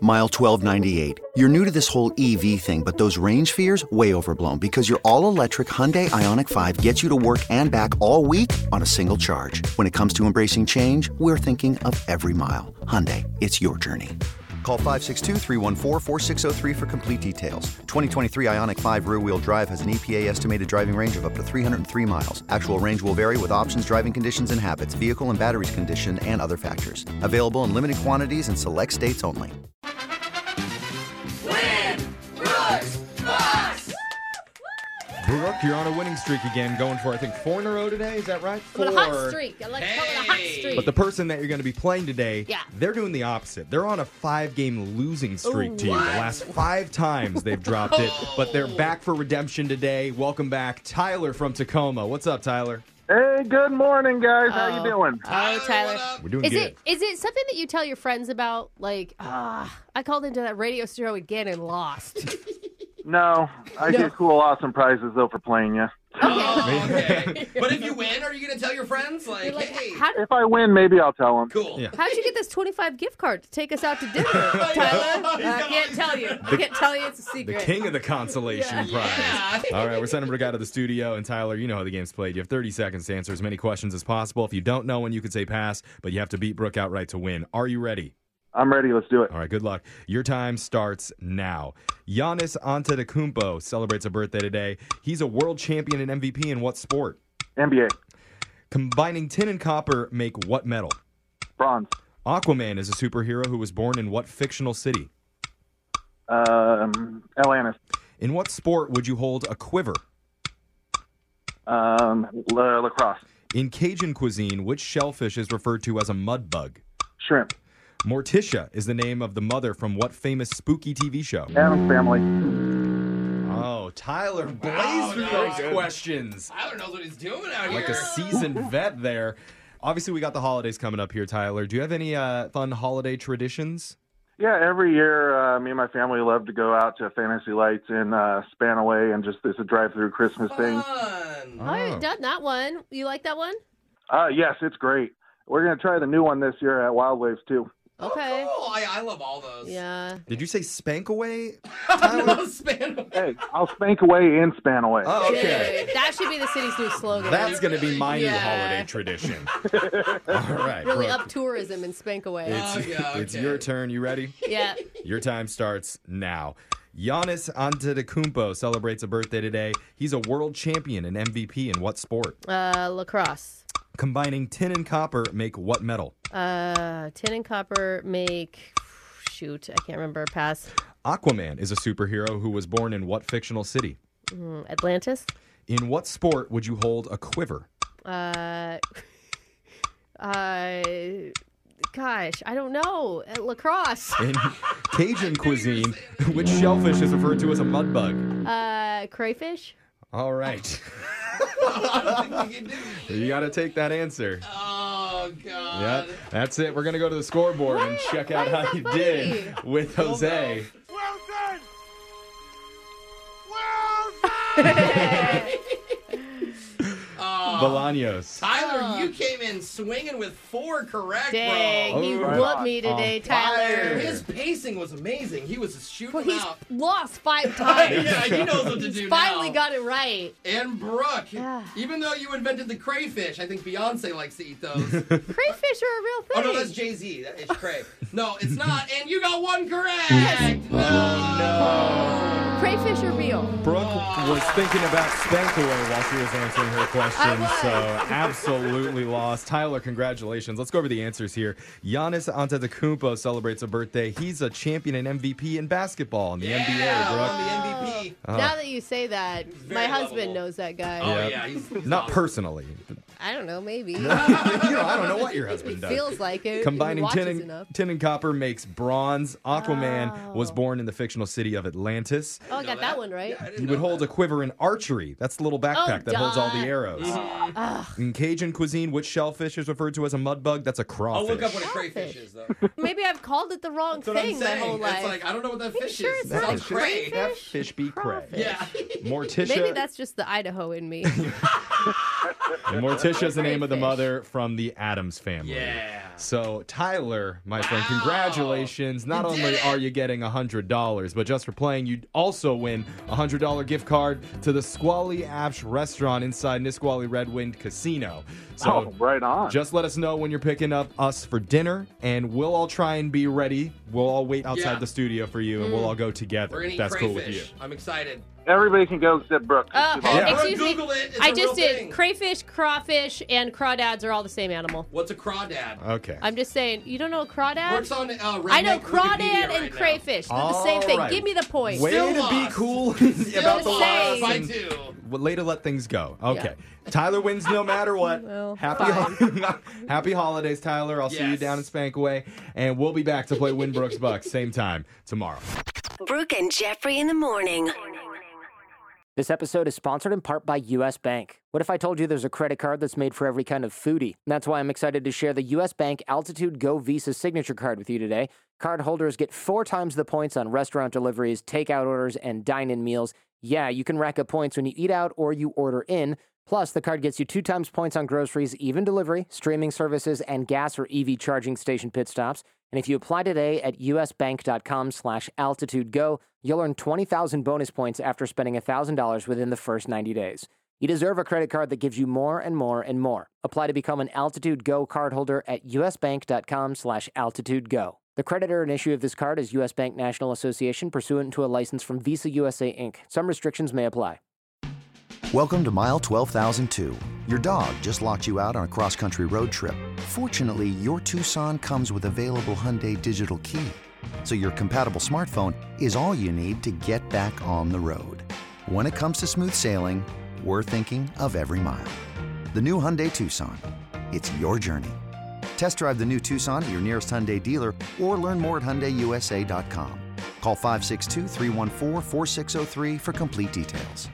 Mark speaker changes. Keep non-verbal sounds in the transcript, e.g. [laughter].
Speaker 1: Mile 1298. You're new to this whole EV thing, but those range fears, way overblown because your all electric Hyundai Ionic 5 gets you to work and back all week on a single charge. When it comes to embracing change, we're thinking of every mile. Hyundai, it's your journey. Call 562 314 4603 for complete details. 2023 Ionic 5 rear wheel drive has an EPA estimated driving range of up to 303 miles. Actual range will vary with options, driving conditions and habits, vehicle and batteries condition, and other factors. Available in limited quantities in select states only.
Speaker 2: Brooke, you're on a winning streak again, going for I think four in a row today. Is that right?
Speaker 3: I'm
Speaker 2: Four.
Speaker 3: on a hot streak. I like to call it a hot streak.
Speaker 2: But the person that you're going to be playing today,
Speaker 3: Yeah.
Speaker 2: they're doing the opposite. They're on a five-game losing streak to you. The last five times they've dropped it, but
Speaker 3: [laughs]
Speaker 2: they're back for redemption today. Welcome back, Tyler from Tacoma. What's up, Tyler?
Speaker 4: Hey, good morning, guys. How you doing?
Speaker 3: oh, Tyler.
Speaker 2: We're doing
Speaker 3: Is
Speaker 2: good.
Speaker 3: it is it something that you tell your friends about? Like, ah, I called into that radio show again and lost. okay.
Speaker 4: No, I get cool, awesome prizes though for playing you.
Speaker 5: Oh, okay. but if you win, are you going to tell your friends? Like,
Speaker 3: You're like,
Speaker 5: hey,
Speaker 3: how did,
Speaker 4: If I win, maybe I'll tell them.
Speaker 5: cool.
Speaker 2: Yeah.
Speaker 3: how'd you get this twenty five gift card to take us out to dinner, Tyler?
Speaker 5: He's
Speaker 3: I
Speaker 5: got
Speaker 3: can't
Speaker 5: all-
Speaker 3: tell you. I can't tell you. It's a
Speaker 2: The
Speaker 3: secret.
Speaker 2: king of the consolation prize.
Speaker 3: [laughs]
Speaker 2: All right, we're sending Brooke out of the studio. And Tyler, you know how the game's played. You have 30 seconds to answer as many questions as possible. If you don't know one, you can say pass, but you have to beat Brooke outright to win. Are you ready?
Speaker 4: I'm ready. Let's do it.
Speaker 2: All right, good luck. Your time starts now. Giannis Antetokounmpo celebrates a birthday today. He's a world champion and MVP in what sport?
Speaker 4: NBA
Speaker 2: Combining tin and copper make what metal?
Speaker 4: bronze.
Speaker 2: Aquaman is a superhero who was born in what fictional city?
Speaker 4: Um, Atlantis.
Speaker 2: In what sport would you hold a quiver?
Speaker 4: Um, la- lacrosse.
Speaker 2: In Cajun cuisine, which shellfish is referred to as a mud bug?
Speaker 4: Shrimp.
Speaker 2: Morticia is the name of the mother from what famous spooky TV show?
Speaker 4: Adam's family.
Speaker 2: Oh, Tyler blazed through those questions.
Speaker 5: Tyler knows what he's doing out
Speaker 2: like
Speaker 5: here.
Speaker 2: a seasoned vet there. Obviously, we got the holidays coming up here, Tyler. Do you have any uh, fun holiday traditions?
Speaker 4: Yeah, every year, uh, me and my family love to go out to Fantasy Lights in uh, Spanaway, and just it's a drive-through Christmas thing.
Speaker 5: Fun.
Speaker 3: I
Speaker 2: Oh.
Speaker 3: haven't done that one. You like that one?
Speaker 4: Uh, yes, it's great. We're gonna try the new one this year at Wild Waves too.
Speaker 3: Okay.
Speaker 5: Cool. I, I love all those. [laughs]
Speaker 3: Yeah.
Speaker 2: Did you say spank away?
Speaker 5: no span.
Speaker 4: Hey, I'll spank away and Spanaway.
Speaker 2: Oh, okay.
Speaker 3: Dude, that should be the city's new slogan.
Speaker 2: That's going to be my new
Speaker 3: Yeah.
Speaker 2: holiday tradition. All right.
Speaker 3: really
Speaker 2: Brooke,
Speaker 3: up tourism and spank away.
Speaker 2: It's,
Speaker 5: Oh, yeah,
Speaker 2: [laughs] it's
Speaker 5: okay.
Speaker 2: your turn. You ready?
Speaker 3: yeah.
Speaker 2: Your time starts now. Giannis Antetokounmpo celebrates a birthday today. He's a world champion and MVP in what sport?
Speaker 3: Uh, lacrosse.
Speaker 2: Combining tin and copper make what metal?
Speaker 3: Uh, tin and copper make. Shoot, I can't remember. Pass.
Speaker 2: Aquaman is a superhero who was born in what fictional city?
Speaker 3: Mm, Atlantis.
Speaker 2: In what sport would you hold a quiver?
Speaker 3: Uh, [laughs] uh, gosh, I don't know. Uh, Lacrosse. [laughs]
Speaker 2: In Cajun cuisine, which shellfish is referred to as a mud bug?
Speaker 5: Hmm.
Speaker 3: Uh, crayfish.
Speaker 2: All
Speaker 3: [laughs]
Speaker 2: right.
Speaker 5: I think you do.
Speaker 2: You got to take that answer.
Speaker 5: Oh
Speaker 2: Yep.
Speaker 5: god.
Speaker 2: That's it. We're going to go to the scoreboard and check out
Speaker 3: Uh, Why is
Speaker 2: how
Speaker 3: that
Speaker 2: you
Speaker 3: funny?
Speaker 2: did with Jose. [laughs]
Speaker 5: Oh,
Speaker 2: Bolaños.
Speaker 5: Tyler, you came in swinging with four correct,
Speaker 3: Ah. Dang,
Speaker 5: bro.
Speaker 3: you
Speaker 2: Oh,
Speaker 3: whooped me today,
Speaker 2: on
Speaker 3: Tyler.
Speaker 2: fire.
Speaker 5: His pacing was amazing. He was just shooting
Speaker 3: Well,
Speaker 5: them
Speaker 3: he's [laughs]
Speaker 5: out.
Speaker 3: lost
Speaker 5: [laughs]
Speaker 3: five times.
Speaker 5: yeah, he knows what to do
Speaker 3: Finally
Speaker 5: now.
Speaker 3: got it right.
Speaker 5: And Brooke,
Speaker 3: Ah.
Speaker 5: even though you invented the crayfish, I think Beyonce likes to eat
Speaker 2: [laughs]
Speaker 5: those.
Speaker 3: Crayfish are a real thing.
Speaker 5: oh no, that's Jay Z. That is cray. No, it's not. And you got one correct. No.
Speaker 3: Oh, Crayfish are real.
Speaker 2: Brooke was thinking about Spankaway while she was answering her
Speaker 3: I
Speaker 2: question,
Speaker 3: was. [laughs]
Speaker 2: so absolutely lost. Tyler, congratulations. Let's go over the answers here. Giannis Antetokounmpo celebrates a birthday. He's a champion and MVP in basketball in the
Speaker 5: Yeah,
Speaker 2: NBA, Brooke.
Speaker 5: won the MVP.
Speaker 3: Now that you say that, my
Speaker 5: Uh-huh. very
Speaker 3: husband
Speaker 5: lovable.
Speaker 3: knows that guy.
Speaker 5: Oh
Speaker 2: Yeah.
Speaker 5: yeah, he's, he's
Speaker 2: Not
Speaker 5: awesome.
Speaker 2: personally.
Speaker 3: I don't
Speaker 5: [laughs]
Speaker 3: know,
Speaker 2: [laughs]
Speaker 3: maybe.
Speaker 2: you know, I don't know what your husband does.
Speaker 3: Feels like it.
Speaker 2: Combining
Speaker 3: He
Speaker 2: tin and,
Speaker 3: watches enough.
Speaker 2: tin and copper makes bronze. Aquaman was
Speaker 3: Oh.
Speaker 2: born in the fictional city of Atlantis.
Speaker 3: Oh, I got
Speaker 5: know
Speaker 3: that
Speaker 5: that.
Speaker 3: one right.
Speaker 5: I didn't
Speaker 2: He
Speaker 5: know
Speaker 2: would hold
Speaker 5: that.
Speaker 2: a quiver in archery. That's the little backpack that holds all the
Speaker 3: Oh, duh.
Speaker 2: arrows. In Cajun cuisine, which shellfish is referred to as a mudbug? That's a
Speaker 5: I'll
Speaker 2: crawfish.
Speaker 5: look up what a crayfish is though. That's
Speaker 3: Maybe I've called it the wrong
Speaker 5: what
Speaker 3: thing
Speaker 5: I'm
Speaker 3: my
Speaker 5: saying.
Speaker 3: whole life.
Speaker 5: It's like I don't know what that fish
Speaker 3: sure
Speaker 5: is.
Speaker 3: it's
Speaker 5: It
Speaker 3: not
Speaker 5: sounds
Speaker 3: a
Speaker 5: cray.
Speaker 3: crayfish?
Speaker 2: That fish be cray.
Speaker 3: Crawfish.
Speaker 5: Yeah.
Speaker 2: Morticia.
Speaker 3: Maybe that's just the Idaho
Speaker 5: [laughs]
Speaker 3: in me.
Speaker 2: Morticia's the name of the
Speaker 3: Crayfish.
Speaker 2: mother from the Adams family.
Speaker 5: Yeah.
Speaker 2: So, Tyler, my friend, congratulations. Not
Speaker 5: You did
Speaker 2: only
Speaker 5: it.
Speaker 2: are you getting $100, but just for playing, you also win a $100 gift card to the Squally Ash restaurant inside Nisqually Red Wind Casino. So,
Speaker 4: oh, right on.
Speaker 2: just let us know when you're picking up us for dinner, and we'll all try and be ready. We'll all wait outside
Speaker 5: Yeah. Mm.
Speaker 2: the studio for you, and we'll all go together.
Speaker 5: We're gonna
Speaker 2: If
Speaker 5: eat
Speaker 2: that's
Speaker 5: crayfish.
Speaker 2: cool with you.
Speaker 5: I'm excited.
Speaker 4: Everybody can go except Brooke.
Speaker 3: Uh,
Speaker 4: She's
Speaker 2: Yeah.
Speaker 3: Excuse me.
Speaker 5: Google it. It's
Speaker 3: I
Speaker 5: a real
Speaker 3: just did.
Speaker 5: thing.
Speaker 3: Crayfish, crawfish, and crawdads are all the same animal.
Speaker 5: What's a crawdad?
Speaker 2: Okay.
Speaker 3: I'm just saying. You don't know a crawdad?
Speaker 5: Works on. Uh,
Speaker 3: I know
Speaker 5: redneck
Speaker 3: crawdad
Speaker 5: Wikipedia
Speaker 3: and
Speaker 5: right now.
Speaker 3: crayfish. They're the same
Speaker 2: All
Speaker 3: thing.
Speaker 2: right.
Speaker 3: Give me the point.
Speaker 2: Way
Speaker 5: Still
Speaker 2: to be
Speaker 5: lost.
Speaker 2: cool
Speaker 5: Still
Speaker 2: [laughs] about the
Speaker 5: lost
Speaker 2: loss.
Speaker 3: saying.
Speaker 5: by
Speaker 2: and-
Speaker 5: two.
Speaker 2: Well, later let things go. Okay. Tyler wins no matter what.
Speaker 3: Well,
Speaker 2: happy [laughs] happy holidays, Tyler. I'll see you
Speaker 5: Yes.
Speaker 2: down in Spankaway, and we'll be back to play Winbrooks Bucks same time tomorrow.
Speaker 6: Brooke and Jeffrey in the morning.
Speaker 7: This episode is sponsored in part by US Bank. What if I told you there's a credit card that's made for every kind of foodie? And That's why I'm excited to share the US Bank Altitude Go Visa signature card with you today. Cardholders get four times the points on restaurant deliveries, takeout orders, and dine in meals. Yeah, you can rack up points when you eat out or you order in. Plus, the card gets you two times points on groceries, even delivery, streaming services, and gas or EV charging station pit stops. And if you apply today at usbank.com slash altitudego, you'll earn 20,000 bonus points after spending $1,000 within the first 90 days. You deserve a credit card that gives you more and more and more. Apply to become an Altitude Go cardholder at usbank.com slash altitudego. The creditor and issue of this card is U.S. Bank National Association pursuant to a license from Visa USA Inc. Some restrictions may apply.
Speaker 1: Welcome to Mile 12,002. Your dog just locked you out on a cross country road trip. Fortunately, your Tucson comes with available Hyundai Digital Key. So your compatible smartphone is all you need to get back on the road. When it comes to smooth sailing, we're thinking of every mile. The new Hyundai Tucson. It's your journey. Test drive the new Tucson at your nearest Hyundai dealer or learn more at HyundaiUSA.com. Call 562 314 4603 for complete details.